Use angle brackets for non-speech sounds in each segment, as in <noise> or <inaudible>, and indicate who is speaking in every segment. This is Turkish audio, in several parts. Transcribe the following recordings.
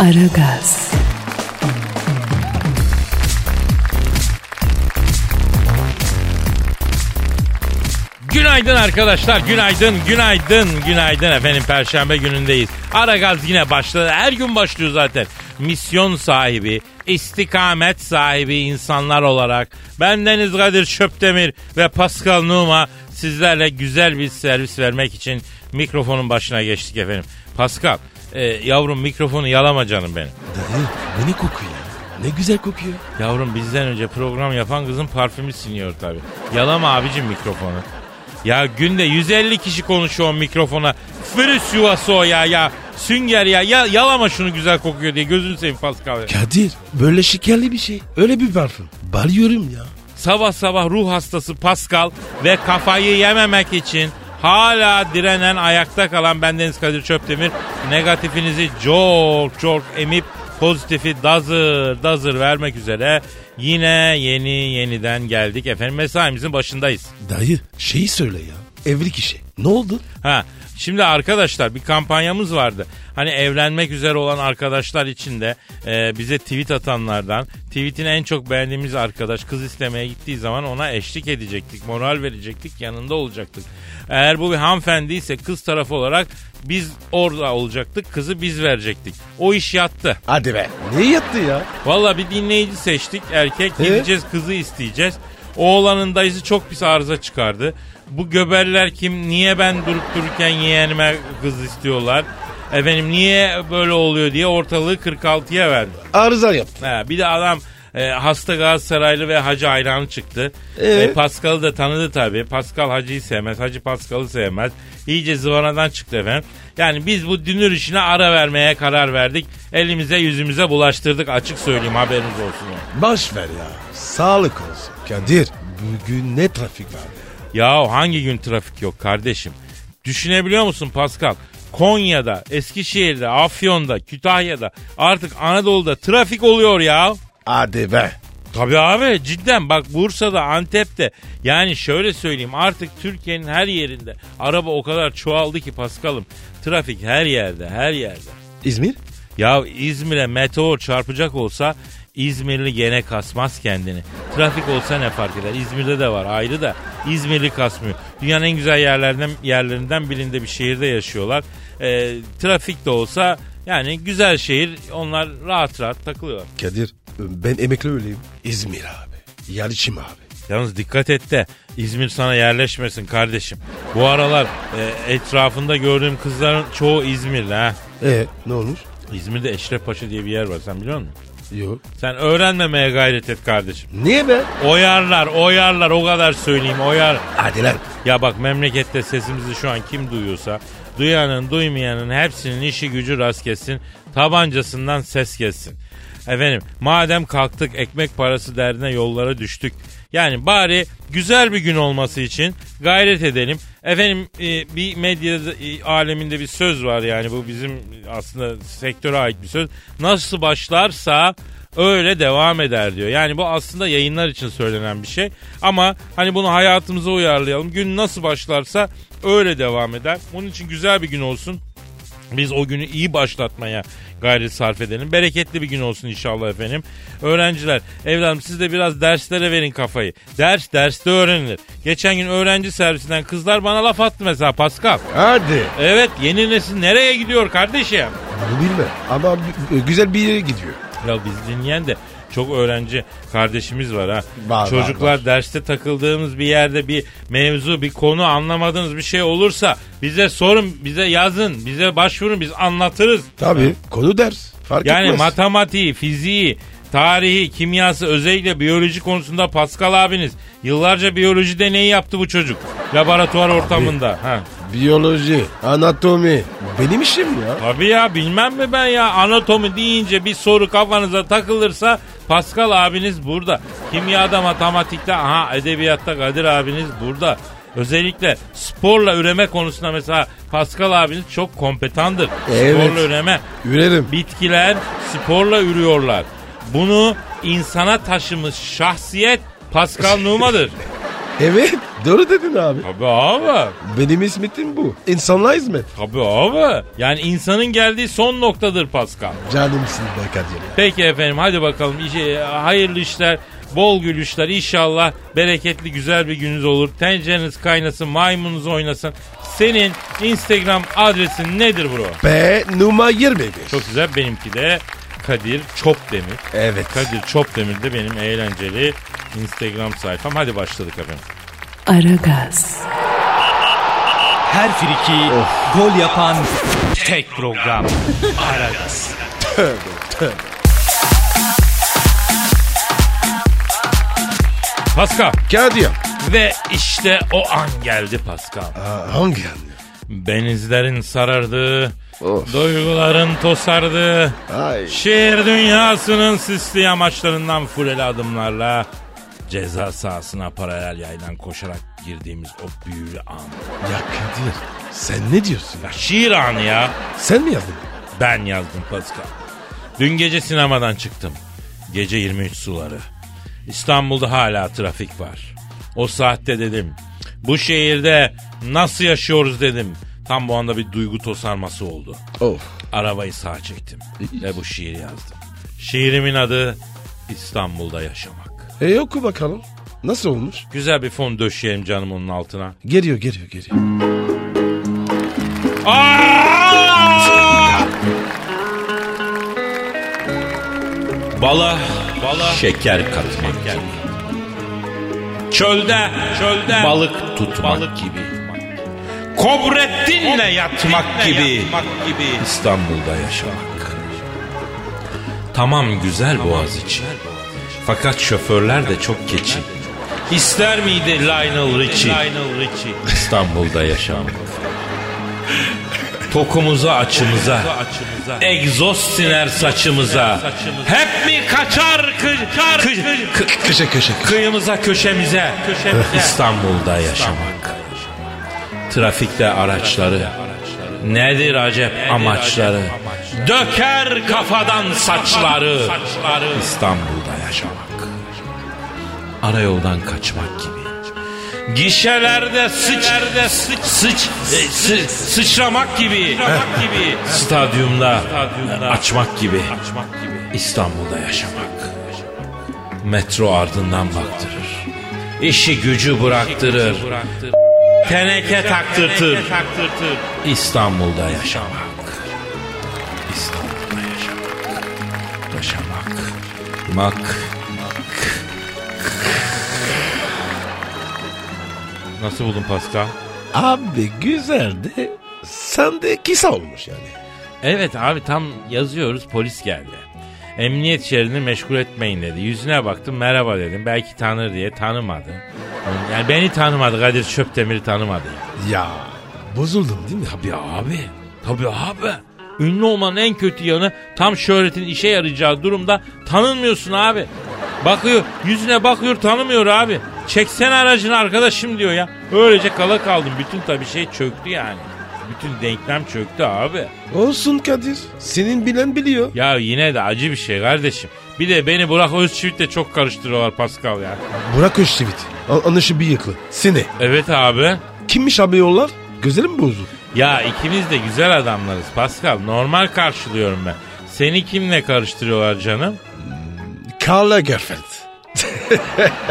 Speaker 1: Aragaz,
Speaker 2: Günaydın arkadaşlar, günaydın, günaydın, günaydın efendim. Perşembe günündeyiz. Ara gaz yine başladı. Her gün başlıyor zaten. Misyon sahibi, istikamet sahibi insanlar olarak ben Deniz Kadir Çöptemir ve Pascal Numa sizlerle güzel bir servis vermek için mikrofonun başına geçtik efendim. Pascal, e, yavrum mikrofonu yalama canım benim.
Speaker 3: Dayı bu ne koku ya? Ne güzel kokuyor.
Speaker 2: Yavrum bizden önce program yapan kızın parfümü siniyor tabi. Yalama abicim mikrofonu. Ya günde 150 kişi konuşuyor o mikrofona. Fırış yuvası o ya ya. Sünger ya. ya yalama şunu güzel kokuyor diye gözünü seveyim Pascal. ya.
Speaker 3: Kadir böyle şekerli bir şey. Öyle bir parfüm. Balıyorum ya.
Speaker 2: Sabah sabah ruh hastası Pascal ve kafayı yememek için hala direnen ayakta kalan bendeniz Kadir Çöptemir negatifinizi çok çok emip pozitifi dazır dazır vermek üzere yine yeni yeniden geldik efendim mesaimizin başındayız.
Speaker 3: Dayı şeyi söyle ya. Evlilik işi. Ne oldu?
Speaker 2: Ha şimdi arkadaşlar bir kampanyamız vardı. Hani evlenmek üzere olan arkadaşlar için de e, bize tweet atanlardan tweetini en çok beğendiğimiz arkadaş kız istemeye gittiği zaman ona eşlik edecektik, moral verecektik, yanında olacaktık. Eğer bu bir hanımefendi ise kız tarafı olarak biz orada olacaktık, kızı biz verecektik. O iş yattı.
Speaker 3: Hadi be. Niye yattı ya?
Speaker 2: Valla bir dinleyici seçtik. Erkek gideceğiz kızı isteyeceğiz. Oğlanın dayısı çok pis arıza çıkardı. Bu göberler kim? Niye ben durup dururken yeğenime kız istiyorlar? Efendim niye böyle oluyor diye ortalığı 46'ya verdi.
Speaker 3: Arıza yaptı.
Speaker 2: Ha, bir de adam e, hasta Galatasaraylı ve Hacı hayranı çıktı.
Speaker 3: Ee?
Speaker 2: E, Pascal'ı da tanıdı tabii. Pascal Hacı'yı sevmez. Hacı Pascal'ı sevmez. İyice zıvanadan çıktı efendim. Yani biz bu dünür işine ara vermeye karar verdik. Elimize yüzümüze bulaştırdık açık söyleyeyim haberiniz olsun. yani.
Speaker 3: Baş ver ya. Sağlık olsun. Kadir bugün ne trafik var?
Speaker 2: Ya hangi gün trafik yok kardeşim? Düşünebiliyor musun Pascal? Konya'da, Eskişehir'de, Afyon'da, Kütahya'da artık Anadolu'da trafik oluyor ya.
Speaker 3: Hadi be.
Speaker 2: Tabii abi cidden bak Bursa'da Antep'te yani şöyle söyleyeyim artık Türkiye'nin her yerinde araba o kadar çoğaldı ki Paskal'ım trafik her yerde her yerde.
Speaker 3: İzmir?
Speaker 2: Ya İzmir'e meteor çarpacak olsa İzmirli gene kasmaz kendini. Trafik olsa ne fark eder? İzmir'de de var ayrı da İzmirli kasmıyor. Dünyanın en güzel yerlerinden yerlerinden birinde bir şehirde yaşıyorlar. Ee, trafik de olsa yani güzel şehir onlar rahat rahat takılıyorlar.
Speaker 3: Kadir ben emekli öleyim. İzmir abi. Yarışım abi.
Speaker 2: Yalnız dikkat et de İzmir sana yerleşmesin kardeşim. Bu aralar e, etrafında gördüğüm kızların çoğu İzmirli ha.
Speaker 3: E ne olur?
Speaker 2: İzmir'de Eşref Paşa diye bir yer var sen biliyor musun?
Speaker 3: Yok.
Speaker 2: Sen öğrenmemeye gayret et kardeşim.
Speaker 3: Niye be?
Speaker 2: Oyarlar oyarlar o kadar söyleyeyim oyar.
Speaker 3: Hadi lan.
Speaker 2: Ya bak memlekette sesimizi şu an kim duyuyorsa duyanın duymayanın hepsinin işi gücü rast kessin tabancasından ses kessin. Efendim madem kalktık ekmek parası derdine yollara düştük. Yani bari güzel bir gün olması için gayret edelim. Efendim e, bir medya e, aleminde bir söz var yani bu bizim aslında sektöre ait bir söz. Nasıl başlarsa öyle devam eder diyor. Yani bu aslında yayınlar için söylenen bir şey. Ama hani bunu hayatımıza uyarlayalım. Gün nasıl başlarsa öyle devam eder. Bunun için güzel bir gün olsun. Biz o günü iyi başlatmaya gayret sarf edelim. Bereketli bir gün olsun inşallah efendim. Öğrenciler, evladım siz de biraz derslere verin kafayı. Ders derste öğrenilir. Geçen gün öğrenci servisinden kızlar bana laf attı mesela Pascal.
Speaker 3: Hadi.
Speaker 2: Evet yeni nesil nereye gidiyor kardeşim?
Speaker 3: Bunu bilme ama bi- güzel bir yere gidiyor.
Speaker 2: Ya biz dinleyen de çok öğrenci kardeşimiz var ha.
Speaker 3: Var,
Speaker 2: Çocuklar derste takıldığımız bir yerde bir mevzu, bir konu anlamadığınız bir şey olursa bize sorun, bize yazın, bize başvurun biz anlatırız.
Speaker 3: Tabii. Konu ders. Fark
Speaker 2: Yani
Speaker 3: etmez.
Speaker 2: matematiği, fiziği, tarihi, kimyası özellikle biyoloji konusunda Pascal abiniz yıllarca biyoloji deneyi yaptı bu çocuk laboratuvar ortamında. Ha.
Speaker 3: biyoloji, anatomi. Benim işim ya.
Speaker 2: Tabii ya bilmem mi ben ya anatomi deyince bir soru kafanıza takılırsa Pascal abiniz burada. Kimyada, matematikte, aha edebiyatta Kadir abiniz burada. Özellikle sporla üreme konusunda mesela Pascal abiniz çok kompetandır.
Speaker 3: Evet.
Speaker 2: Sporla üreme.
Speaker 3: Ürerim.
Speaker 2: Bitkiler sporla ürüyorlar. Bunu insana taşımış şahsiyet
Speaker 3: <laughs>
Speaker 2: Pascal Numa'dır.
Speaker 3: Evet doğru dedin abi.
Speaker 2: Tabii abi.
Speaker 3: Benim hizmetim bu. İnsanlığa hizmet.
Speaker 2: Tabii abi. Yani insanın geldiği son noktadır Pascal.
Speaker 3: Canımsın be Kadir.
Speaker 2: Peki efendim hadi bakalım İşe- hayırlı işler, bol gülüşler inşallah bereketli güzel bir gününüz olur. Tencereniz kaynasın, maymununuz oynasın. Senin Instagram adresin nedir bro?
Speaker 3: P numara 21.
Speaker 2: Çok güzel benimki de Kadir Çopdemir.
Speaker 3: Evet.
Speaker 2: Kadir Çopdemir de benim eğlenceli Instagram sayfam. Hadi başladık efendim.
Speaker 1: Aragaz,
Speaker 4: Her friki gol yapan tek program. Aragaz.
Speaker 2: Pascal
Speaker 3: Kadir.
Speaker 2: ve işte o an geldi Pascal.
Speaker 3: Aa, hangi yani?
Speaker 2: Benizlerin sarardı, duyguların tosardı.
Speaker 3: Ay.
Speaker 2: Şehir dünyasının sisli yamaçlarından fuleli adımlarla ceza sahasına paralel yaydan koşarak girdiğimiz o büyülü an.
Speaker 3: Ya Kadir sen ne diyorsun?
Speaker 2: Ya şiir anı ya.
Speaker 3: Sen mi yazdın?
Speaker 2: Ben yazdım Pascal. Dün gece sinemadan çıktım. Gece 23 suları. İstanbul'da hala trafik var. O saatte dedim. Bu şehirde nasıl yaşıyoruz dedim. Tam bu anda bir duygu tosarması oldu.
Speaker 3: Of.
Speaker 2: Arabayı sağa çektim ve bu şiiri yazdım. Şiirimin adı İstanbul'da Yaşamak.
Speaker 3: E oku bakalım. Nasıl olmuş?
Speaker 2: Güzel bir fon döşeyelim canım onun altına.
Speaker 3: Geliyor geliyor geliyor.
Speaker 2: Aa! Bala, bala şeker katmak. Çölde, çölde balık tutmak gibi. Kobrettinle yatmak gibi. İstanbul'da yaşamak. Tamam güzel boğaz için. Fakat şoförler de çok keçi. İster miydi Lionel Richie? İstanbul'da yaşamak. Tokumuza açımıza Egzoz siner saçımıza Hep mi kaçar kı, kı- kı-
Speaker 3: Köşe köşe.
Speaker 2: Kıyımıza köşemize İstanbul'da yaşamak Trafikte araçları Nedir acep amaçları Döker kafadan saçları İstanbul'da yaşamak Arayoldan kaçmak gibi Gişelerde sıç, sıç, sıç, e, sı- sıçramak gibi, gibi. stadyumda, e, açmak gibi, İstanbul'da yaşamak. Metro ardından baktırır, işi gücü bıraktırır, teneke taktırtır, İstanbul'da yaşamak. İstanbul'da yaşamak, yaşamak, mak. Nasıl buldun Pascal?
Speaker 3: Abi güzeldi. Sende kisa olmuş yani.
Speaker 2: Evet abi tam yazıyoruz polis geldi. Emniyet şeridini meşgul etmeyin dedi. Yüzüne baktım merhaba dedim. Belki tanır diye tanımadı. Yani beni tanımadı Kadir Çöptemir'i tanımadı. yani.
Speaker 3: Ya bozuldum değil mi abi?
Speaker 2: Tabii abi. Tabii abi. Ünlü olmanın en kötü yanı tam şöhretin işe yarayacağı durumda tanınmıyorsun abi. Bakıyor yüzüne bakıyor tanımıyor abi. Çeksen aracını arkadaşım diyor ya. Öylece kala kaldım. Bütün tabii şey çöktü yani. Bütün denklem çöktü abi.
Speaker 3: Olsun Kadir. Senin bilen biliyor.
Speaker 2: Ya yine de acı bir şey kardeşim. Bir de beni Burak Özçivit'le çok karıştırıyorlar Pascal ya.
Speaker 3: Burak Özçivit. An- Anışı bir yıklı. Seni.
Speaker 2: Evet abi.
Speaker 3: Kimmiş abi yollar? Gözleri mi bozdu?
Speaker 2: Ya ikimiz de güzel adamlarız Pascal. Normal karşılıyorum ben. Seni kimle karıştırıyorlar canım?
Speaker 3: Karl Lagerfeld.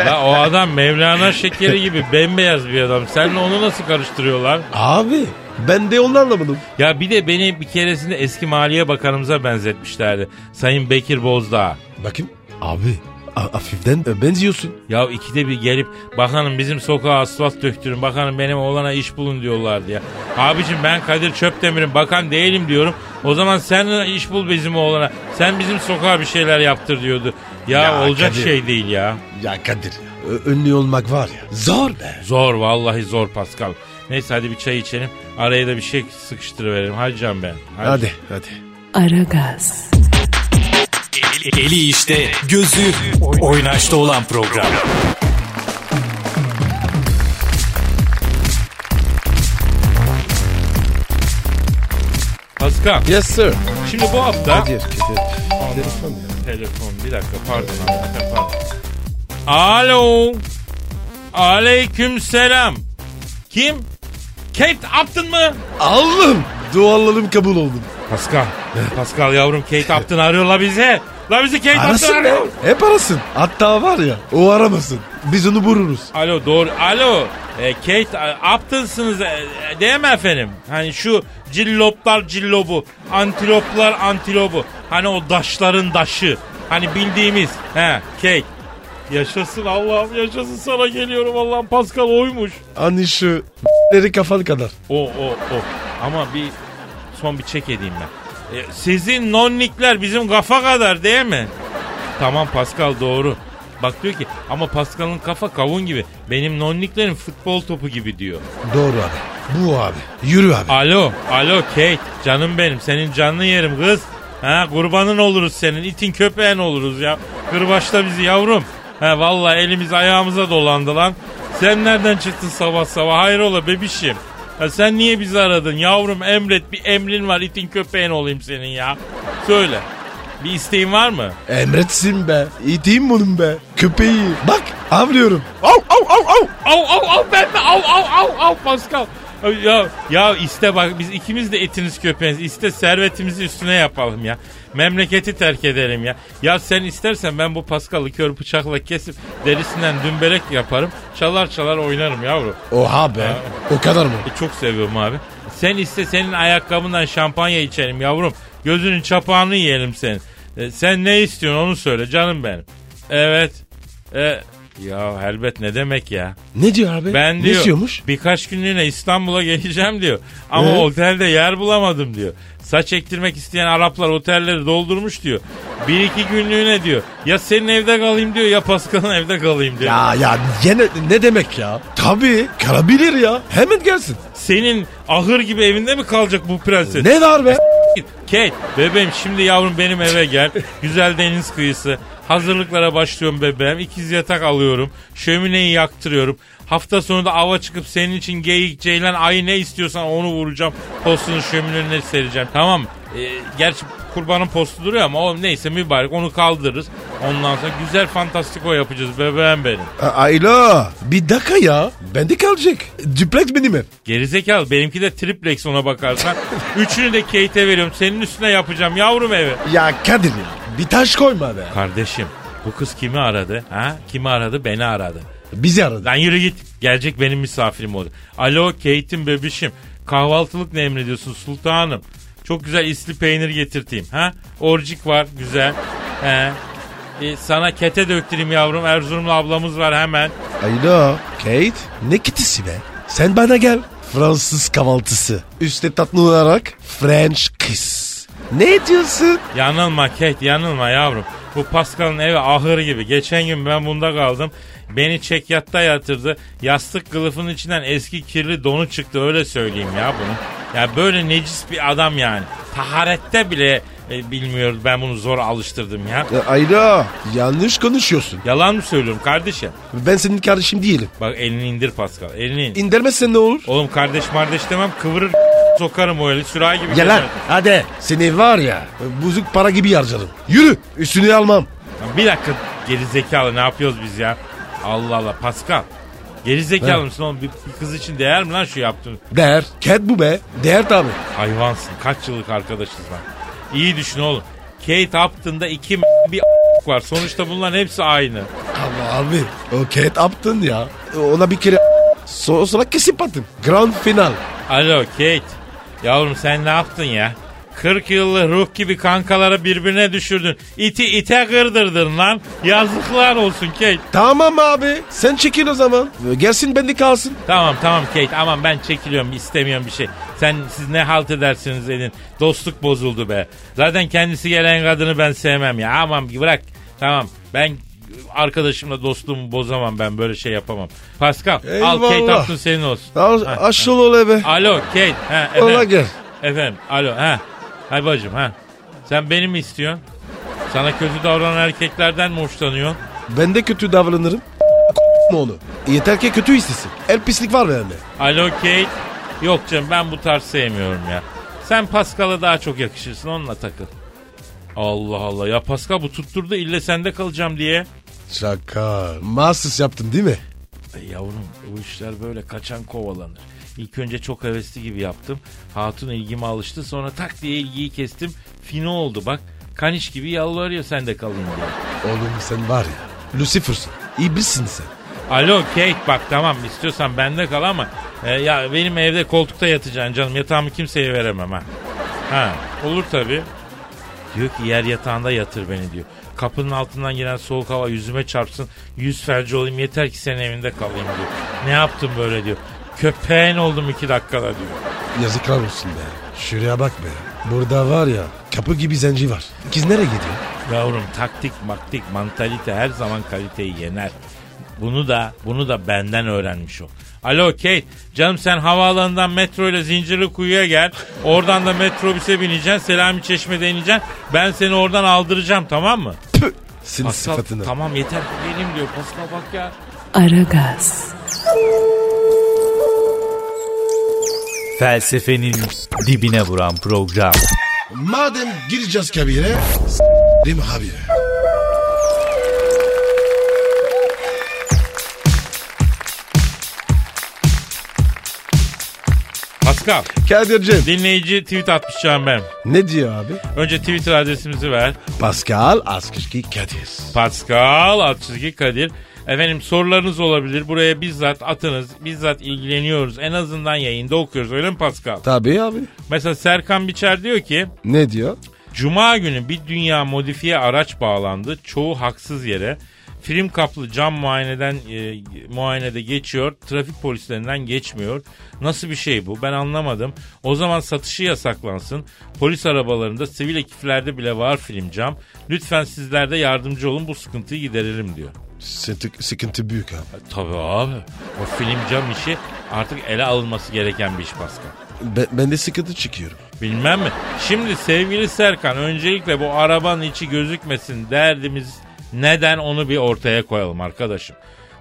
Speaker 2: La o adam Mevlana şekeri gibi bembeyaz bir adam. Seninle onu nasıl karıştırıyorlar?
Speaker 3: Abi ben de onu anlamadım.
Speaker 2: Ya bir de beni bir keresinde eski Maliye Bakanımıza benzetmişlerdi. Sayın Bekir Bozdağ.
Speaker 3: Bakayım. Abi a- hafiften e, benziyorsun.
Speaker 2: Ya ikide bir gelip bakanım bizim sokağa asfalt döktürün bakanım benim oğlana iş bulun diyorlardı ya. Abicim ben Kadir Çöpdemir'im bakan değilim diyorum. O zaman sen iş bul bizim oğlana. Sen bizim sokağa bir şeyler yaptır diyordu. Ya,
Speaker 3: Ya
Speaker 2: olacak
Speaker 3: Kadir.
Speaker 2: şey değil ya.
Speaker 3: Ya Kadir. Ö- Ünlü olmak var ya. Zor be.
Speaker 2: Zor vallahi zor Pascal. Neyse hadi bir çay içelim. Araya da bir şey sıkıştırıverelim. Hadi Can ben.
Speaker 3: Hadi hadi.
Speaker 1: Aragaz,
Speaker 4: Eli işte, gözü oynaşta olan program.
Speaker 2: Pascal.
Speaker 3: Yes sir.
Speaker 2: Şimdi bu hafta
Speaker 3: Kadir. Kadir. Telefon ya.
Speaker 2: telefon bir dakika pardon hakikaten pardon. Alo. Aleyküm selam. Kim? Kate Upton mı?
Speaker 3: Allah'ım. Dualarım kabul oldu.
Speaker 2: Pascal. Pascal yavrum Kate Upton arıyor la bizi. La bizi Kate Upton
Speaker 3: Arasın
Speaker 2: arıyor.
Speaker 3: be. Hep arasın. Hatta var ya o aramasın. Biz onu vururuz.
Speaker 2: Alo doğru. Alo. E, Kate e, Upton'sınız e, e, değil mi efendim? Hani şu cilloplar cillobu, antiloplar antilobu. Hani o daşların daşı. Hani bildiğimiz. He, Kate. Yaşasın Allah'ım yaşasın sana geliyorum Allah'ım Pascal oymuş.
Speaker 3: Hani şu leri kafan kadar.
Speaker 2: O o o. Ama bir son bir çek edeyim ben. E, sizin nonnikler bizim kafa kadar değil mi? Tamam Pascal doğru. Bak diyor ki ama Pascal'ın kafa kavun gibi. Benim nonniklerim futbol topu gibi diyor.
Speaker 3: Doğru abi. Bu abi. Yürü abi.
Speaker 2: Alo, alo Kate. Canım benim. Senin canlı yerim kız. Ha kurbanın oluruz senin. itin köpeğin oluruz ya. Kırbaçla bizi yavrum. Ha vallahi elimiz ayağımıza dolandı lan. Sen nereden çıktın sabah sabah? Hayrola bebişim. Ha, sen niye bizi aradın? Yavrum emret bir emrin var. itin köpeğin olayım senin ya. Söyle. Bir isteğin var mı?
Speaker 3: Emretsin be. İteyim bunun be. Köpeği. Bak avlıyorum. Av av av av.
Speaker 2: Au au au ben mi? Au au au au Pascal. Ay, Ya, ya iste bak biz ikimiz de etiniz köpeğiniz. İste servetimizi üstüne yapalım ya. Memleketi terk edelim ya. Ya sen istersen ben bu Pascal'ı kör bıçakla kesip derisinden dümbelek yaparım. Çalar çalar oynarım yavru.
Speaker 3: Oha be. O kadar mı?
Speaker 2: E, çok seviyorum abi. Sen iste senin ayakkabından şampanya içelim yavrum. Gözünün çapağını yiyelim senin. E, sen ne istiyorsun onu söyle canım benim. Evet. E, ya elbet ne demek ya.
Speaker 3: Ne diyor
Speaker 2: <laughs>
Speaker 3: abi?
Speaker 2: Ben
Speaker 3: ne
Speaker 2: diyor
Speaker 3: diyormuş?
Speaker 2: birkaç günlüğüne İstanbul'a geleceğim diyor. Ama
Speaker 3: Ee?
Speaker 2: otelde yer bulamadım diyor. Saç ektirmek isteyen Araplar otelleri doldurmuş diyor. Bir iki günlüğüne diyor. Ya senin evde kalayım diyor ya Pascal'ın evde kalayım diyor.
Speaker 3: Ya ya gene ne demek ya? Tabii kalabilir ya. Hemen gelsin.
Speaker 2: Senin ahır gibi evinde mi kalacak bu prenses?
Speaker 3: Ne var be?
Speaker 2: Git. Kate bebeğim şimdi yavrum benim eve gel. Güzel deniz kıyısı. Hazırlıklara başlıyorum bebeğim. İkiz yatak alıyorum. Şömineyi yaktırıyorum. Hafta sonu da ava çıkıp senin için geyik, ceylan, ayı ne istiyorsan onu vuracağım. Postunu şöminenin önüne sereceğim. Tamam mı? Ee, gerçi kurbanın postu duruyor ama o neyse mübarek onu kaldırırız. Ondan sonra güzel fantastiko yapacağız bebeğim benim.
Speaker 3: A- Ayla bir dakika ya. Bende kalacak. Duplex benim ev.
Speaker 2: Gerizekalı benimki de triplex ona bakarsan. Üçünü de Kate'e veriyorum. Senin üstüne yapacağım yavrum evi.
Speaker 3: Ya Kadir ya. Bir taş koyma be.
Speaker 2: Kardeşim bu kız kimi aradı? Ha? Kimi aradı? Beni aradı.
Speaker 3: Bizi aradı.
Speaker 2: Lan yürü git. Gelecek benim misafirim oldu. Alo Kate'im bebişim. Kahvaltılık ne emrediyorsun sultanım? Çok güzel isli peynir getirteyim. Ha? Orcik var güzel. He. E, sana kete döktüreyim yavrum. Erzurumlu ablamız var hemen.
Speaker 3: Ayla. Kate. Ne kitisi be? Sen bana gel. Fransız kahvaltısı. Üste tatlı olarak French kiss. Ne diyorsun?
Speaker 2: Yanılma Kate yanılma yavrum. Bu Pascal'ın evi ahır gibi. Geçen gün ben bunda kaldım. Beni çekyatta yatırdı. Yastık kılıfının içinden eski kirli donu çıktı öyle söyleyeyim ya bunu. Ya böyle necis bir adam yani. Taharette bile e, bilmiyor ben bunu zor alıştırdım ya.
Speaker 3: Ya Ayla. Yanlış konuşuyorsun.
Speaker 2: Yalan mı söylüyorum kardeşim?
Speaker 3: Ben senin kardeşim değilim.
Speaker 2: Bak elini indir Pascal elini indir.
Speaker 3: İndirmezsen ne olur?
Speaker 2: Oğlum kardeş kardeş demem kıvırır sokarım o eli sürahi gibi.
Speaker 3: Ya lan
Speaker 2: gezer.
Speaker 3: hadi. Seni var ya buzuk para gibi harcarım. Yürü üstünü almam.
Speaker 2: Ya Bir dakika gerizekalı ne yapıyoruz biz ya? Allah Allah Pascal. Gerizekalı mısın oğlum? Bir, bir kız için değer mi lan şu yaptığın?
Speaker 3: Değer. Cat bu be. Değer tabi.
Speaker 2: Hayvansın. Kaç yıllık arkadaşız lan. İyi düşün oğlum. Kate Upton'da iki m- bir var. Sonuçta bunların hepsi aynı.
Speaker 3: Ama abi o Cat Upton ya. Ona bir kere sonra, sonra kesip attım. Grand final.
Speaker 2: Alo Kate. Yavrum sen ne yaptın ya? 40 yıllık ruh gibi kankaları birbirine düşürdün. İti ite kırdırdın lan. Yazıklar olsun Kate.
Speaker 3: Tamam abi sen çekil o zaman. Gelsin bende kalsın.
Speaker 2: Tamam tamam Kate aman ben çekiliyorum istemiyorum bir şey. Sen siz ne halt edersiniz edin. Dostluk bozuldu be. Zaten kendisi gelen kadını ben sevmem ya. Aman bırak. Tamam ben arkadaşımla dostluğumu bozamam ben böyle şey yapamam. Pascal al
Speaker 3: Eyvallah.
Speaker 2: Kate Upton senin olsun.
Speaker 3: Al,
Speaker 2: Ha,
Speaker 3: aşıl ol eve.
Speaker 2: ha. Alo Kate. Ha, efendim.
Speaker 3: Ola gel.
Speaker 2: Efendim alo ha. Hay bacım ha. Sen beni mi istiyorsun? Sana kötü davranan erkeklerden mi hoşlanıyorsun?
Speaker 3: Ben de kötü davranırım. Mı onu? Yeter ki kötü istesin. El pislik var bende.
Speaker 2: Alo Kate. Yok canım ben bu tarz sevmiyorum ya. Sen Pascal'a daha çok yakışırsın onunla takıl. Allah Allah ya Pascal bu tutturdu ille sende kalacağım diye.
Speaker 3: Şaka. Mahsus yaptın değil mi?
Speaker 2: E yavrum bu işler böyle kaçan kovalanır. İlk önce çok hevesli gibi yaptım. Hatun ilgime alıştı sonra tak diye ilgiyi kestim. Fino oldu bak. Kaniş gibi yalvarıyor sende kalın diye.
Speaker 3: Oğlum sen var ya. Lucifer'sın. İblissin sen.
Speaker 2: Alo Kate bak tamam istiyorsan bende kal ama e, ya benim evde koltukta yatacaksın canım yatağımı kimseye veremem ha. Ha olur tabi. Diyor ki yer yatağında yatır beni diyor. Kapının altından gelen soğuk hava yüzüme çarpsın. Yüz felci olayım yeter ki senin evinde kalayım diyor. Ne yaptım böyle diyor. Köpeğin oldum iki dakikada diyor.
Speaker 3: Yazıklar olsun be. Şuraya bak be. Burada var ya kapı gibi zenci var. Kız nereye gidiyor?
Speaker 2: Yavrum taktik maktik mantalite her zaman kaliteyi yener. Bunu da bunu da benden öğrenmiş o. Alo Kate canım sen havaalanından metro ile zincirli kuyuya gel. Oradan da metrobüse bineceksin. Selami Çeşme'de ineceksin. Ben seni oradan aldıracağım tamam mı?
Speaker 3: Püh. Senin
Speaker 2: Pascal,
Speaker 3: sıfatını.
Speaker 2: tamam yeter benim diyor. Pascal bak ya.
Speaker 1: Aragaz,
Speaker 4: Felsefenin dibine vuran program.
Speaker 3: Madem gireceğiz kabire. Değil mi abi?
Speaker 2: Pascal
Speaker 3: Kadir'cim.
Speaker 2: dinleyici tweet atmışacağım ben.
Speaker 3: Ne diyor abi?
Speaker 2: Önce Twitter adresimizi ver.
Speaker 3: Pascal Askışki Kadir.
Speaker 2: Pascal Altçizgi Kadir. Efendim sorularınız olabilir. Buraya bizzat atınız. Bizzat ilgileniyoruz. En azından yayında okuyoruz. Öyle mi Pascal?
Speaker 3: Tabii abi.
Speaker 2: Mesela Serkan Biçer diyor ki
Speaker 3: Ne diyor?
Speaker 2: Cuma günü bir dünya modifiye araç bağlandı. Çoğu haksız yere. Film kaplı cam muayeneden e, muayenede geçiyor. Trafik polislerinden geçmiyor. Nasıl bir şey bu? Ben anlamadım. O zaman satışı yasaklansın. Polis arabalarında sivil ekiflerde bile var film cam. Lütfen sizler de yardımcı olun bu sıkıntıyı giderelim diyor.
Speaker 3: Sıkıntı, sıkıntı büyük abi.
Speaker 2: Tabii abi. O film cam işi artık ele alınması gereken bir iş Pascal.
Speaker 3: Ben, ben de sıkıntı çıkıyorum.
Speaker 2: Bilmem mi? Şimdi sevgili Serkan öncelikle bu arabanın içi gözükmesin derdimiz neden onu bir ortaya koyalım arkadaşım.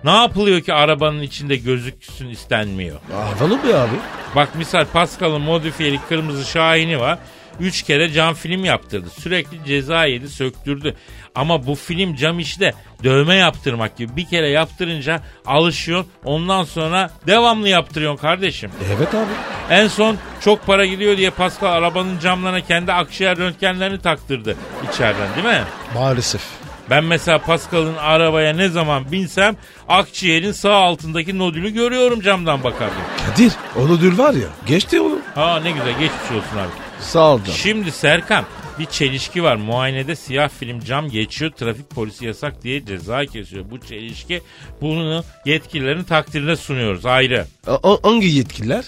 Speaker 2: Ne yapılıyor ki arabanın içinde gözüksün istenmiyor?
Speaker 3: Havalı be abi.
Speaker 2: Bak misal Pascal'ın modifiyeli kırmızı şahini var. Üç kere cam film yaptırdı. Sürekli ceza yedi söktürdü. Ama bu film cam işte dövme yaptırmak gibi. Bir kere yaptırınca alışıyorsun. Ondan sonra devamlı yaptırıyorsun kardeşim.
Speaker 3: Evet abi.
Speaker 2: En son çok para gidiyor diye Pascal arabanın camlarına kendi akciğer röntgenlerini taktırdı içeriden değil mi?
Speaker 3: Maalesef.
Speaker 2: Ben mesela Pascal'ın arabaya ne zaman binsem akciğerin sağ altındaki nodülü görüyorum camdan bakarken.
Speaker 3: Kadir onu dül var ya. Geçti onu.
Speaker 2: Ha ne güzel geçmiş olsun abi.
Speaker 3: Sağ ol canım.
Speaker 2: Şimdi Serkan bir çelişki var. Muayenede siyah film cam geçiyor. Trafik polisi yasak diye ceza kesiyor. Bu çelişki bunu yetkililerin takdirine sunuyoruz ayrı.
Speaker 3: A- a- hangi yetkililer?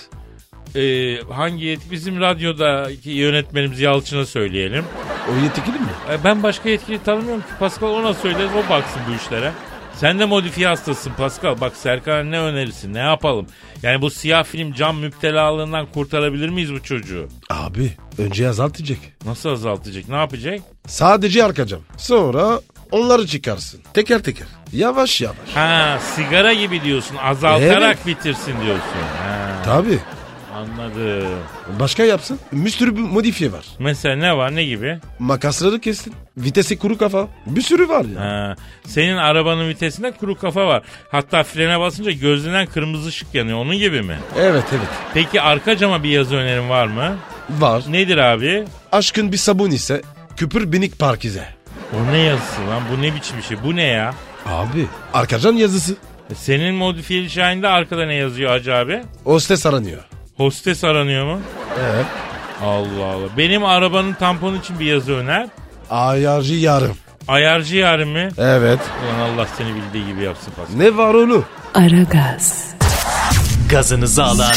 Speaker 2: Ee, hangi yetki? Bizim radyodaki yönetmenimiz Yalçın'a söyleyelim.
Speaker 3: O yetkili mi?
Speaker 2: E, Ben başka yetkili tanımıyorum ki. Pascal ona söyleriz o baksın bu işlere. Sen de modifiye hastasın Pascal. Bak Serkan'a ne önerirsin ne yapalım? Yani bu siyah film cam müptelalığından kurtarabilir miyiz bu çocuğu?
Speaker 3: Abi önce azaltacak.
Speaker 2: Nasıl azaltacak? Ne yapacak?
Speaker 3: Sadece arka cam. Sonra onları çıkarsın. Teker teker. Yavaş yavaş.
Speaker 2: Ha sigara gibi diyorsun. Azaltarak
Speaker 3: Evet.
Speaker 2: bitirsin diyorsun. Ha,
Speaker 3: Tabii.
Speaker 2: anladım.
Speaker 3: Başka yapsın. Bir sürü bir modifiye var.
Speaker 2: Mesela ne var ne gibi?
Speaker 3: Makasları kestin. Vitesi kuru kafa. Bir sürü var ya.
Speaker 2: Ha, senin arabanın vitesinde kuru kafa var. Hatta frene basınca gözünden kırmızı ışık yanıyor. Onun gibi mi?
Speaker 3: Evet evet.
Speaker 2: Peki arka cama bir yazı önerin var mı?
Speaker 3: Var.
Speaker 2: Nedir abi?
Speaker 3: Aşkın bir sabun ise küpür binik parkize.
Speaker 2: O ne yazısı lan? Bu ne biçim bir şey? Bu ne ya?
Speaker 3: Abi. Arkacan yazısı.
Speaker 2: E, Senin modifiyeli şahinde arkada ne yazıyor hacı abi?
Speaker 3: Hostes aranıyor.
Speaker 2: Hostes aranıyor mu?
Speaker 3: Evet.
Speaker 2: Allah Allah. Benim arabanın tamponu için bir yazı öner.
Speaker 3: Ayarcı yarım.
Speaker 2: Ayarcı yarın mı?
Speaker 3: Evet.
Speaker 2: Ulan Allah seni bildiği gibi yapsın Pascal.
Speaker 3: Ne var onu?
Speaker 1: Aragaz,
Speaker 4: Gazınızı alan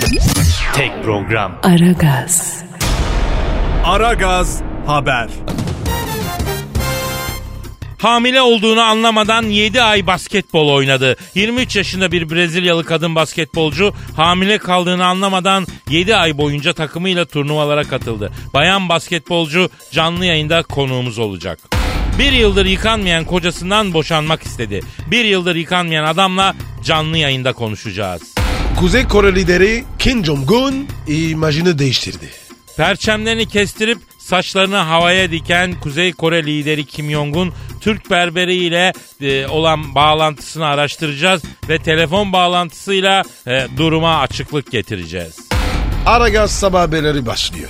Speaker 4: tek program.
Speaker 1: Aragaz,
Speaker 4: Ara Gaz Haber.
Speaker 2: Hamile olduğunu anlamadan 7 ay basketbol oynadı. 23 yaşında bir Brezilyalı kadın basketbolcu hamile kaldığını anlamadan 7 ay boyunca takımıyla turnuvalara katıldı. Bayan basketbolcu canlı yayında konuğumuz olacak. Bir yıldır yıkanmayan kocasından boşanmak istedi. Bir yıldır yıkanmayan adamla canlı yayında konuşacağız.
Speaker 3: Kuzey Kore lideri Kim Jong-un imajını değiştirdi.
Speaker 2: Perçemlerini kestirip saçlarını havaya diken Kuzey Kore lideri Kim Jong-un Türk berberi ile e, olan bağlantısını araştıracağız ve telefon bağlantısıyla e, duruma açıklık getireceğiz.
Speaker 3: Aragaz sabah haberleri başlıyor.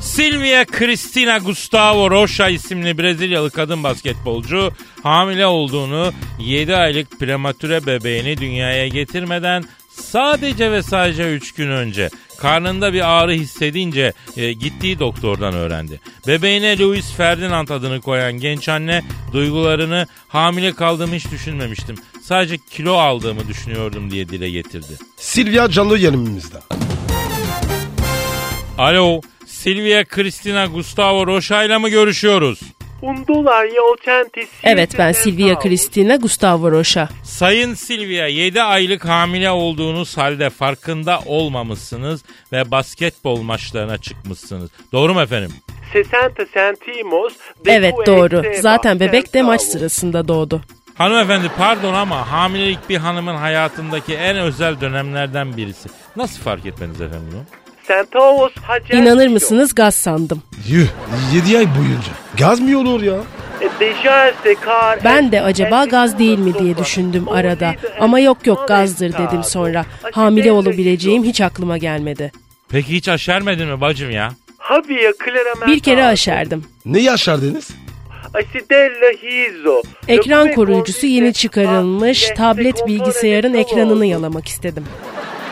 Speaker 2: Silvia Cristina Gustavo Rocha isimli Brezilyalı kadın basketbolcu hamile olduğunu 7 aylık prematüre bebeğini dünyaya getirmeden sadece ve sadece 3 gün önce karnında bir ağrı hissedince e, gittiği doktordan öğrendi. Bebeğine Louis Ferdinand adını koyan genç anne duygularını hamile kaldığımı hiç düşünmemiştim. Sadece kilo aldığımı düşünüyordum diye dile getirdi.
Speaker 3: Silvia Canlı yanımızda.
Speaker 2: Alo, Silvia Cristina Gustavo Rocha ile mi görüşüyoruz?
Speaker 1: Evet ben Silvia Cristina Gustavo Rocha.
Speaker 2: Sayın Silvia 7 aylık hamile olduğunuz halde farkında olmamışsınız ve basketbol maçlarına çıkmışsınız. Doğru mu efendim?
Speaker 1: Evet doğru. Zaten bebek de maç sırasında doğdu.
Speaker 2: Hanımefendi pardon ama hamilelik bir hanımın hayatındaki en özel dönemlerden birisi. Nasıl fark etmeniz efendim bunu?
Speaker 1: İnanır mısınız gaz sandım.
Speaker 3: Yuh 7 ay boyunca. Gaz mı olur ya?
Speaker 1: Ben de acaba gaz değil mi diye düşündüm arada. Ama yok yok gazdır dedim sonra. Hamile olabileceğim hiç aklıma gelmedi.
Speaker 2: Peki hiç aşermedin mi bacım ya?
Speaker 1: Bir kere aşerdim.
Speaker 3: Ne yaşar Deniz?
Speaker 1: Ekran koruyucusu yeni çıkarılmış tablet bilgisayarın ekranını yalamak istedim.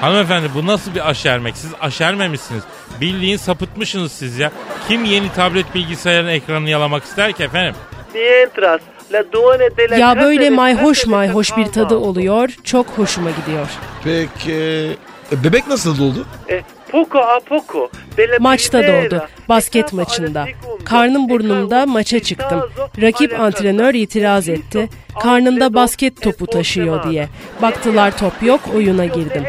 Speaker 2: Hanımefendi bu nasıl bir aşermek? Siz aşermemişsiniz. Bildiğin sapıtmışsınız siz ya. Kim yeni tablet bilgisayarın ekranını yalamak ister ki efendim?
Speaker 1: Ya böyle mayhoş mayhoş bir tadı oluyor. Çok hoşuma gidiyor.
Speaker 3: Peki e, bebek nasıl oldu?
Speaker 5: E,
Speaker 1: Maçta doğdu. Basket maçında. Karnım burnumda maça çıktım. Rakip antrenör itiraz etti. Karnında basket topu taşıyor diye. Baktılar top yok oyuna girdim.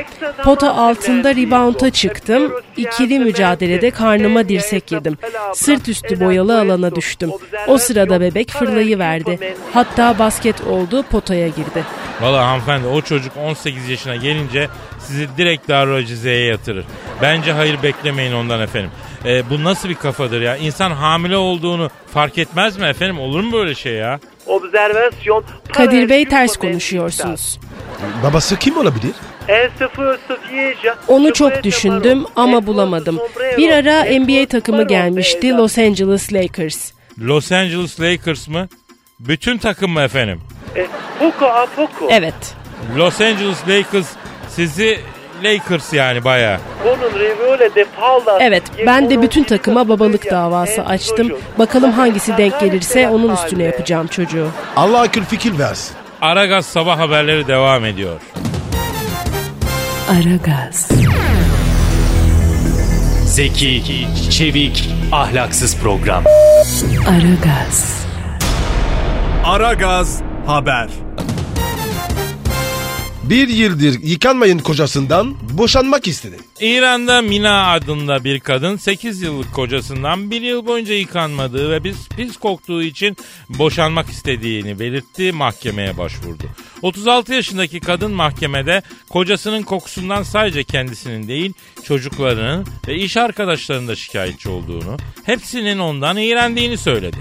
Speaker 1: Pota altında rebound'a çıktım. İkili mücadelede karnıma dirsek yedim. Sırt üstü boyalı alana düştüm. O sırada bebek fırlayıverdi. Hatta basket oldu potaya girdi.
Speaker 2: Valla hanımefendi o çocuk 18 yaşına gelince sizi direkt darülcizeye yatırır. Bence hayır beklemeyin ondan efendim. Ee, bu nasıl bir kafadır ya? İnsan hamile olduğunu fark etmez mi efendim? Olur mu böyle şey ya?
Speaker 1: Kadir Bey ters konuşuyorsunuz.
Speaker 3: Babası kim olabilir?
Speaker 5: E,
Speaker 1: Onu çok düşündüm ama bulamadım. Bir
Speaker 5: E,
Speaker 1: ara NBA takımı gelmişti Los Angeles Lakers.
Speaker 2: Los Angeles Lakers mı? Bütün takım mı efendim?
Speaker 5: E,
Speaker 1: Evet.
Speaker 2: Los Angeles Lakers sizi Lakers yani bayağı.
Speaker 1: Evet ben de bütün takıma babalık davası açtım. Bakalım hangisi denk gelirse onun üstüne yapacağım çocuğu.
Speaker 3: Allah akıl fikir versin.
Speaker 2: Aragaz sabah haberleri devam ediyor.
Speaker 1: Aragaz.
Speaker 4: Zeki, çevik, ahlaksız program.
Speaker 1: Aragaz.
Speaker 6: Aragaz haber.
Speaker 3: Bir yıldır yıkanmayın kocasından boşanmak istedi.
Speaker 2: İran'da Mina adında bir kadın 8 yıllık kocasından 1 yıl boyunca yıkanmadığı ve biz pis koktuğu için boşanmak istediğini belirtti mahkemeye başvurdu. 36 yaşındaki kadın mahkemede kocasının kokusundan sadece kendisinin değil çocuklarının ve iş arkadaşlarının da şikayetçi olduğunu, hepsinin ondan iğrendiğini söyledi.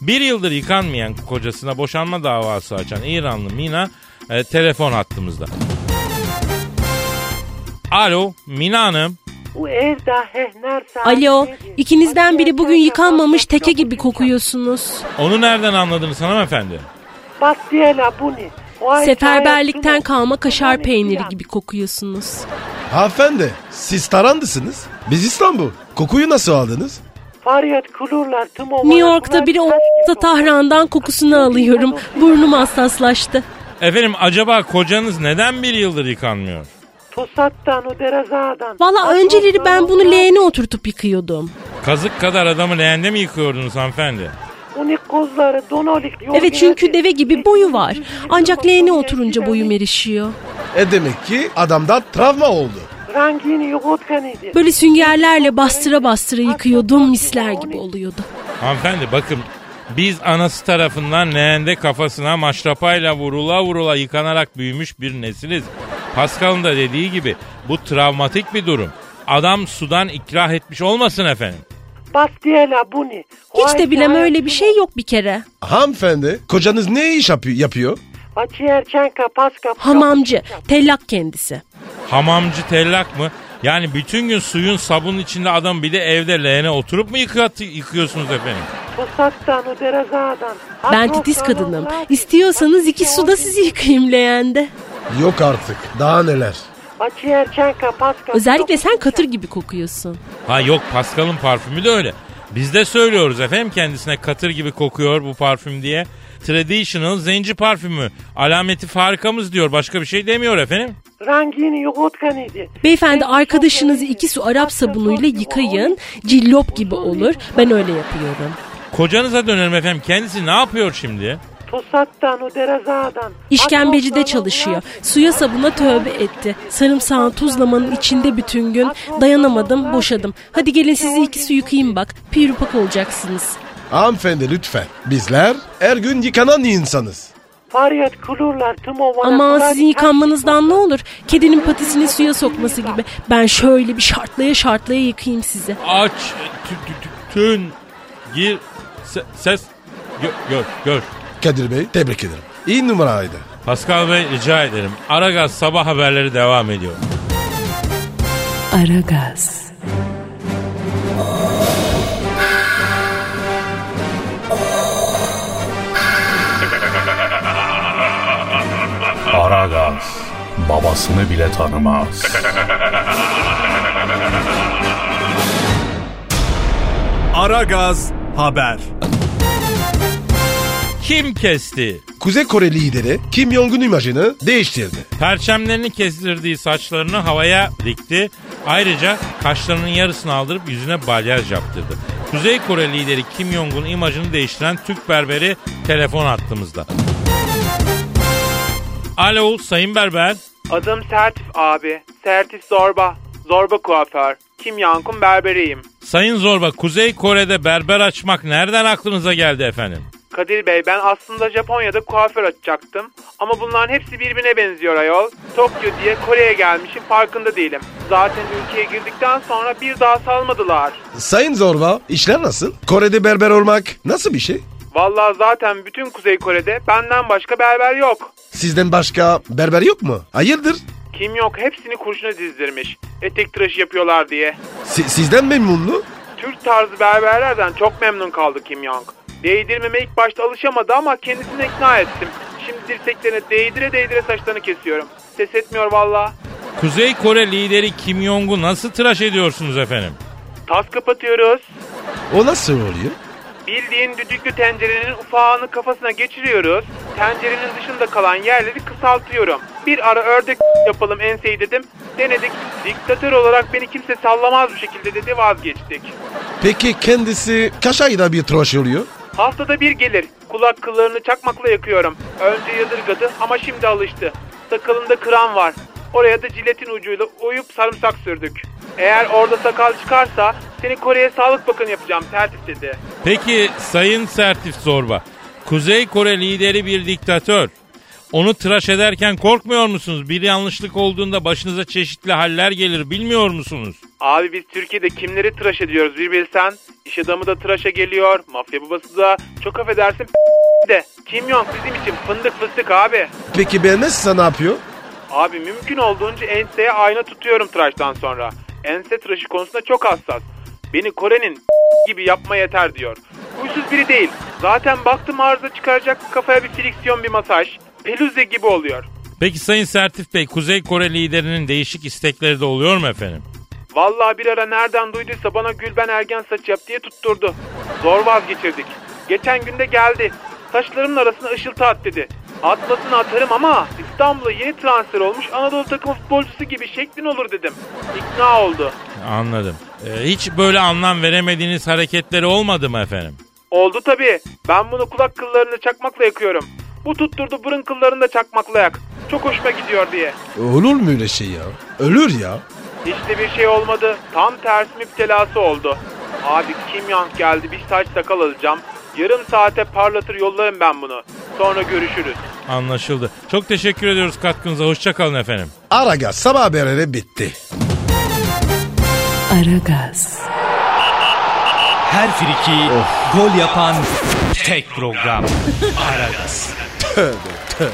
Speaker 2: Bir yıldır yıkanmayan kocasına boşanma davası açan İranlı Mina e, telefon hattımızda. Alo Mina Hanım.
Speaker 1: Alo ikinizden biri bugün yıkanmamış teke gibi kokuyorsunuz.
Speaker 2: Onu nereden anladınız hanımefendi?
Speaker 1: Seferberlikten kalma kaşar peyniri gibi kokuyorsunuz.
Speaker 3: Hanımefendi siz Tarandısınız. Biz İstanbul. Kokuyu nasıl aldınız?
Speaker 1: New York'ta biri o tahrandan kokusunu alıyorum. Burnum hassaslaştı.
Speaker 2: Efendim acaba kocanız neden bir yıldır yıkanmıyor?
Speaker 1: Valla önceleri ben bunu leğene oturtup yıkıyordum.
Speaker 2: Kazık kadar adamı leğende mi yıkıyordunuz hanımefendi?
Speaker 6: Unik kozları, donolik, yorgun
Speaker 7: Evet çünkü
Speaker 6: yedi.
Speaker 7: deve gibi boyu
Speaker 5: <laughs>
Speaker 7: var.
Speaker 6: şey
Speaker 7: Ancak leğene oturunca boyum
Speaker 5: hani
Speaker 7: erişiyor.
Speaker 3: E demek ki adamda travma oldu.
Speaker 6: Rangini, yogurtkanidi.
Speaker 7: Böyle süngerlerle bastıra bastıra yıkıyordum misler gibi oluyordu.
Speaker 2: Hanımefendi bakın biz anası tarafından leğende kafasına maşrapayla vurula vurula yıkanarak büyümüş bir nesiliz. Pascal'ın da dediği gibi bu travmatik bir durum. Adam sudan ikrah etmiş olmasın efendim.
Speaker 6: Pastiyela buni.
Speaker 7: Hiç de bilem öyle bir şey yok bir kere.
Speaker 3: Hanımefendi kocanız ne iş yapıyor? yapıyor?
Speaker 6: Açiyer çenka, paska.
Speaker 7: Hamamcı, tellak kendisi.
Speaker 2: Hamamcı tellak mı? Yani bütün gün suyun sabunun içinde adam bir de evde leğene oturup mu yıkat, yıkıyorsunuz efendim?
Speaker 6: Posaktan, uderazadan.
Speaker 7: Ben titiz kadınım. İstiyorsanız iki suda sizi yıkayayım leğende.
Speaker 3: Yok artık daha neler.
Speaker 6: Açiyer çenka, paska.
Speaker 7: Özellikle sen katır gibi kokuyorsun.
Speaker 2: Ha yok Pascal'ın parfümü de öyle. Biz de söylüyoruz efendim kendisine katır gibi kokuyor bu parfüm diye. Traditional zenci parfümü. Alameti farikamız diyor. Başka bir şey demiyor efendim.
Speaker 6: Rangini, yogurtkanidi.
Speaker 7: Beyefendi arkadaşınızı iki su Arap sabunuyla yıkayın. Cillop gibi olur. Ben öyle yapıyorum.
Speaker 2: Kocanıza dönelim efendim. Kendisi ne yapıyor şimdi?
Speaker 6: Posaktan, uderazadan.
Speaker 7: İşkembecide çalışıyor. Suya sabuna tövbe etti. Sarımsağın tuzlamanın içinde bütün gün. Dayanamadım, boşadım. Hadi gelin sizi iki su yıkayayım bak. Pirupak olacaksınız.
Speaker 3: Hanımefendi lütfen. Bizler her gün yıkanan insanız.
Speaker 6: Faryat kulurlar, tumo
Speaker 7: Aman sizin yıkanmanızdan ne olur? Kedinin patisini suya sokması gibi. Ben şöyle bir şartlaya şartlaya yıkayayım sizi.
Speaker 2: Aç tü- tü- tü- tün gir se- ses gör gör. gör.
Speaker 3: Kadir Bey tebrik ederim. İyi numaraydı.
Speaker 2: Pascal Bey rica ederim. Aragaz sabah haberleri devam ediyor.
Speaker 1: Aragaz,
Speaker 4: Aragaz babasını bile tanımaz.
Speaker 8: Aragaz Haber.
Speaker 2: Kim kesti?
Speaker 3: Kuzey Kore lideri Kim Jong-un imajını değiştirdi.
Speaker 2: Perçemlerini kestirdiği saçlarını havaya dikti. Ayrıca kaşlarının yarısını aldırıp yüzüne balyaj yaptırdı. Kuzey Kore lideri Kim Jong-un imajını değiştiren Türk berberi telefon attığımızda. Alo Sayın Berber.
Speaker 5: Adım Sertif abi. Sertif Zorba. Zorba kuaför. Kim Yankun berberiyim.
Speaker 2: Sayın Zorba Kuzey Kore'de berber açmak nereden aklınıza geldi efendim?
Speaker 5: Kadir Bey ben aslında Japonya'da kuaför açacaktım. Ama bunların hepsi birbirine benziyor ayol. Tokyo diye Kore'ye gelmişim farkında değilim. Zaten ülkeye girdikten sonra bir daha salmadılar.
Speaker 3: Sayın Zorba işler nasıl? Kore'de berber olmak nasıl bir şey?
Speaker 5: Vallahi zaten bütün Kuzey Kore'de benden başka berber yok.
Speaker 3: Sizden başka berber yok mu? Hayırdır?
Speaker 5: Kim yok hepsini kurşuna dizdirmiş. Etek tıraşı yapıyorlar diye.
Speaker 3: Si- sizden memnun mu?
Speaker 5: Türk tarzı berberlerden çok memnun kaldı Kim Young. Değdirmeme ilk başta alışamadı ama kendisini ikna ettim. Şimdi dirseklerine değdire değdire saçlarını kesiyorum. Ses etmiyor valla.
Speaker 2: Kuzey Kore lideri Kim Jong-un nasıl tıraş ediyorsunuz efendim?
Speaker 5: Tas kapatıyoruz.
Speaker 3: O nasıl oluyor?
Speaker 5: Bildiğin düdüklü tencerenin ufağını kafasına geçiriyoruz. Tencerenin dışında kalan yerleri kısaltıyorum. Bir ara ördek <laughs> yapalım enseyi dedim. Denedik. Diktatör olarak beni kimse sallamaz bu şekilde dedi vazgeçtik.
Speaker 3: Peki kendisi kaç ayda bir tıraş oluyor?
Speaker 5: Haftada bir gelir. Kulak kıllarını çakmakla yakıyorum. Önce yadırgadı ama şimdi alıştı. Sakalında kıran var. Oraya da jiletin ucuyla uyup sarımsak sürdük. Eğer orada sakal çıkarsa seni Kore'ye Sağlık Bakanı yapacağım tertip dedi.
Speaker 2: Peki Sayın Sertif Zorba, Kuzey Kore lideri bir diktatör. Onu tıraş ederken korkmuyor musunuz? Bir yanlışlık olduğunda başınıza çeşitli haller gelir bilmiyor musunuz?
Speaker 5: Abi biz Türkiye'de kimleri tıraş ediyoruz bir bilsen. İş adamı da tıraşa geliyor, mafya babası da. Çok affedersin <laughs> de. Kim Jong bizim için fındık fıstık abi.
Speaker 3: Peki beğenmezse ne yapıyor?
Speaker 5: Abi mümkün olduğunca enseye ayna tutuyorum tıraştan sonra. Ense tıraşı konusunda çok hassas. Beni Kore'nin <laughs> gibi yapma yeter diyor. Huysuz biri değil. Zaten baktım arıza çıkaracak kafaya bir friksiyon bir masaj. Peluze gibi oluyor.
Speaker 2: Peki Sayın Sertif Bey, Kuzey Kore liderinin değişik istekleri de oluyor mu efendim?
Speaker 5: Vallahi bir ara nereden duyduysa bana Gülben Ergen saç yap diye tutturdu. Zor vazgeçirdik. Geçen günde geldi. Saçlarımın arasına ışıltı at dedi. Atmasını atarım ama İstanbul'a yeni transfer olmuş Anadolu takım futbolcusu gibi şeklin olur dedim. İkna oldu.
Speaker 2: Anladım. Ee, hiç böyle anlam veremediğiniz hareketleri olmadı mı efendim?
Speaker 5: Oldu tabii. Ben bunu kulak kıllarını çakmakla yakıyorum. Bu tutturdu burun kıllarını da çakmakla yak. Çok hoşuma gidiyor diye.
Speaker 3: Olur mu öyle şey ya? Ölür ya.
Speaker 5: Hiç de bir şey olmadı. Tam ters müptelası oldu. Abi kim yank geldi bir saç sakal alacağım. Yarım saate parlatır yollarım ben bunu. Sonra görüşürüz.
Speaker 2: Anlaşıldı. Çok teşekkür ediyoruz katkınıza. Hoşçakalın efendim.
Speaker 3: Aragaz sabah haberleri bitti.
Speaker 9: Aragaz.
Speaker 8: Her friki gol yapan tek program. Aragaz.
Speaker 3: Tövbe tövbe.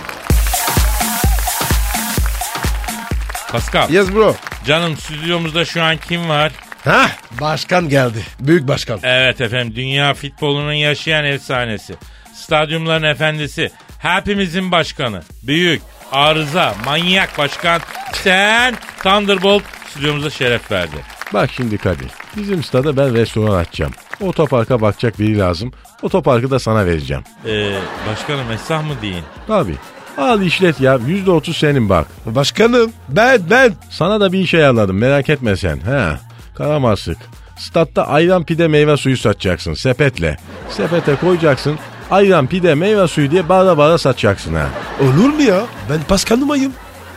Speaker 2: Pascal.
Speaker 3: Yes bro.
Speaker 2: Canım stüdyomuzda şu an kim var?
Speaker 3: Hah başkan geldi. Büyük başkan.
Speaker 2: Evet efendim dünya futbolunun yaşayan efsanesi. Stadyumların efendisi. Hepimizin başkanı. Büyük, arıza, manyak başkan. Sen Thunderbolt stüdyomuza şeref verdi.
Speaker 10: Bak şimdi Kadir. Bizim stada ben restoran açacağım. Otoparka bakacak biri lazım. Otoparkı da sana vereceğim.
Speaker 2: Ee, başkanım esah mı deyin?
Speaker 10: Tabii. Al işlet ya. Yüzde otuz senin bak.
Speaker 3: Başkanım ben ben.
Speaker 10: Sana da bir iş ayarladım merak etme sen. He. Karamaslık. Statta ayran pide meyve suyu satacaksın sepetle. Sepete koyacaksın. Ayran pide meyve suyu diye bağıra bağıra satacaksın ha.
Speaker 3: Olur mu ya? Ben başkanım ayım.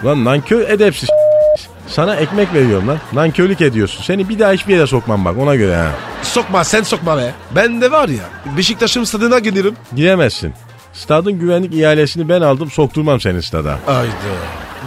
Speaker 10: Lan nankör edepsiz. Sana ekmek veriyorum lan. Nankörlük ediyorsun. Seni bir daha hiçbir yere sokmam bak ona göre ha.
Speaker 3: Sokma sen sokma be. Ben de var ya Beşiktaş'ın stadına giderim.
Speaker 10: Giremezsin. Stadın güvenlik ihalesini ben aldım sokturmam seni stada.
Speaker 3: Haydi.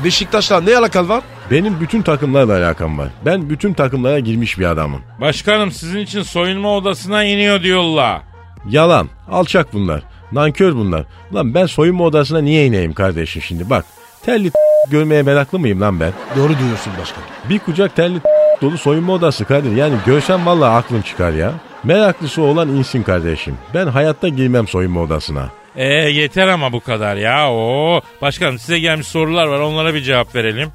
Speaker 3: Beşiktaş'la ne alakan var?
Speaker 10: Benim bütün takımlarla alakam var. Ben bütün takımlara girmiş bir adamım.
Speaker 2: Başkanım sizin için soyunma odasına iniyor diyorlar.
Speaker 10: Yalan. Alçak bunlar. Nankör bunlar. Lan ben soyunma odasına niye ineyim kardeşim şimdi bak. Telli görmeye meraklı mıyım lan ben?
Speaker 3: Doğru diyorsun başkanım.
Speaker 10: Bir kucak telli dolu soyunma odası Kadir. Yani görsen vallahi aklın çıkar ya. Meraklısı olan insin kardeşim. Ben hayatta girmem soyunma odasına.
Speaker 2: Ee, yeter ama bu kadar ya. Oo. Başkanım size gelmiş sorular var onlara bir cevap verelim.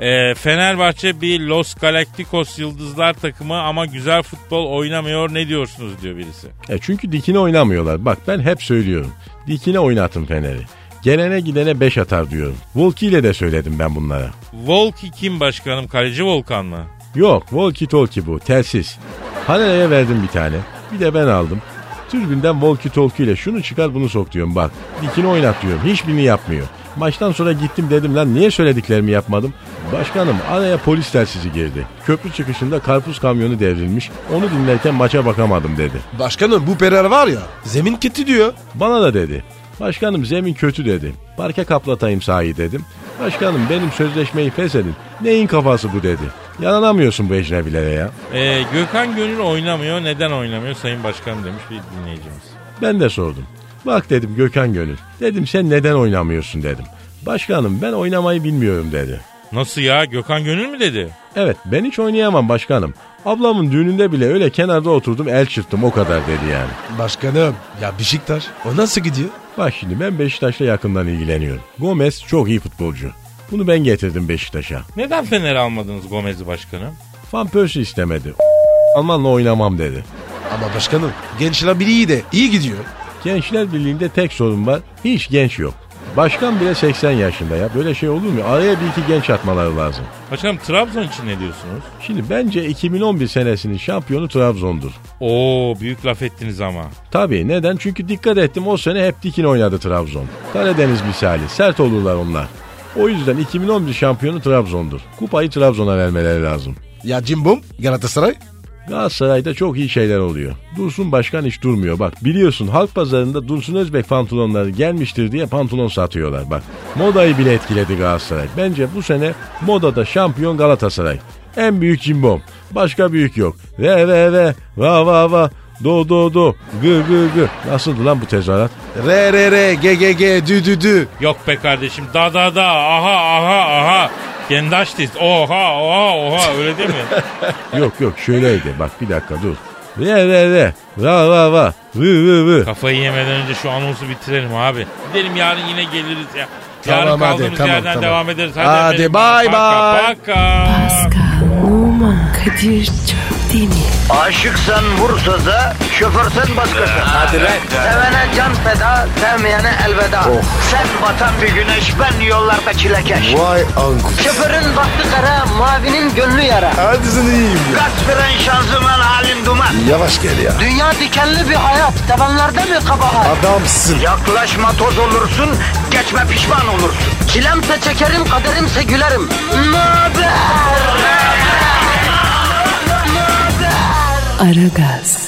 Speaker 2: Ee, Fenerbahçe bir Los Galacticos yıldızlar takımı ama güzel futbol oynamıyor ne diyorsunuz diyor birisi.
Speaker 10: E çünkü dikine oynamıyorlar. Bak ben hep söylüyorum. Dikine oynatın Fener'i. Gelene gidene 5 atar diyorum. Volki ile de söyledim ben bunlara.
Speaker 2: Volki kim başkanım kaleci Volkan mı?
Speaker 10: Yok volki tolki bu telsiz. Hanele'ye verdim bir tane. Bir de ben aldım. Türbünden volki tolki ile şunu çıkar bunu sok diyorum bak. Dikini oynat diyorum. Hiçbirini yapmıyor. Maçtan sonra gittim dedim lan niye söylediklerimi yapmadım. Başkanım araya polis telsizi girdi. Köprü çıkışında karpuz kamyonu devrilmiş. Onu dinlerken maça bakamadım dedi.
Speaker 3: Başkanım bu Perer var ya zemin kötü diyor.
Speaker 10: Bana da dedi. Başkanım zemin kötü dedi. Parke kaplatayım sahayı dedim. Başkanım benim sözleşmeyi feshedin. Neyin kafası bu dedi. Yaranamıyorsun bu ecnebilere ya.
Speaker 2: Ee, Gökhan Gönül oynamıyor. Neden oynamıyor Sayın Başkan demiş bir dinleyicimiz.
Speaker 10: Ben de sordum. Bak dedim Gökhan Gönül. Dedim sen neden oynamıyorsun dedim. Başkanım ben oynamayı bilmiyorum dedi.
Speaker 2: Nasıl ya Gökhan Gönül mü dedi?
Speaker 10: Evet ben hiç oynayamam başkanım. Ablamın düğününde bile öyle kenarda oturdum el çırptım o kadar dedi yani.
Speaker 3: Başkanım ya Beşiktaş o nasıl gidiyor?
Speaker 10: Bak şimdi ben Beşiktaş'la yakından ilgileniyorum. Gomez çok iyi futbolcu. Bunu ben getirdim Beşiktaş'a.
Speaker 2: Neden Fener'e almadınız Gomez'i başkanım?
Speaker 10: Van Persie istemedi. Almanla oynamam dedi.
Speaker 3: Ama başkanım gençler birliği de iyi gidiyor.
Speaker 10: Gençler Birliği'nde tek sorun var. Hiç genç yok. Başkan bile 80 yaşında ya. Böyle şey olur mu? Araya bir iki genç atmaları lazım.
Speaker 2: Başkanım Trabzon için ne diyorsunuz?
Speaker 10: Şimdi bence 2011 senesinin şampiyonu Trabzon'dur.
Speaker 2: Oo büyük laf ettiniz ama.
Speaker 10: Tabii neden? Çünkü dikkat ettim o sene hep dikin oynadı Trabzon. Karadeniz misali. Sert olurlar onlar. O yüzden 2011 şampiyonu Trabzon'dur. Kupayı Trabzon'a vermeleri lazım.
Speaker 3: Ya Cimbom Galatasaray?
Speaker 10: Galatasaray'da çok iyi şeyler oluyor. Dursun Başkan hiç durmuyor bak. Biliyorsun halk pazarında Dursun Özbek pantolonları gelmiştir diye pantolon satıyorlar bak. Modayı bile etkiledi Galatasaray. Bence bu sene modada şampiyon Galatasaray. En büyük cimbom. Başka büyük yok. Re re re. Va va va. Do do do. Gı gı gı. Nasıldı lan bu tezahürat?
Speaker 3: Re re re. Ge ge ge. Dü dü dü.
Speaker 2: Yok be kardeşim. Da da da. Aha aha aha. Gendaştis. Oha oha oha öyle değil mi?
Speaker 3: <laughs>
Speaker 10: yok yok şöyleydi. Bak bir dakika dur. Re re re. Va va va. Vı vı vı.
Speaker 2: Kafayı yemeden önce şu anonsu bitirelim abi. Gidelim yarın yine geliriz ya.
Speaker 3: Tamam,
Speaker 2: yarın
Speaker 3: hadi,
Speaker 2: kaldığımız
Speaker 3: tamam,
Speaker 2: yerden
Speaker 3: tamam.
Speaker 2: devam ederiz.
Speaker 3: Hadi,
Speaker 2: efendim.
Speaker 3: bay
Speaker 2: Paka,
Speaker 3: bay.
Speaker 2: paka.
Speaker 9: Pascal, Oman, Kadir çok değil mi?
Speaker 11: Aşıksan vursa da şoförsen başkasın. Hadi
Speaker 3: be.
Speaker 11: Sevene can feda, sevmeyene elveda. Sen batan bir güneş, ben yollarda çilekeş.
Speaker 12: Vay anku.
Speaker 11: Şoförün baktı kara, mavinin gönlü yara.
Speaker 12: Hadi sen iyiyim ya.
Speaker 11: Kasperen şanzıman halin duman.
Speaker 3: Yavaş gel ya.
Speaker 11: Dünya dikenli bir hayat. Sevenlerde mi kabahar?
Speaker 3: Adamsın.
Speaker 11: Yaklaşma toz olursun, geçme pişman olursun. Çilemse çekerim, kaderimse gülerim. Möber!
Speaker 9: Aragaz.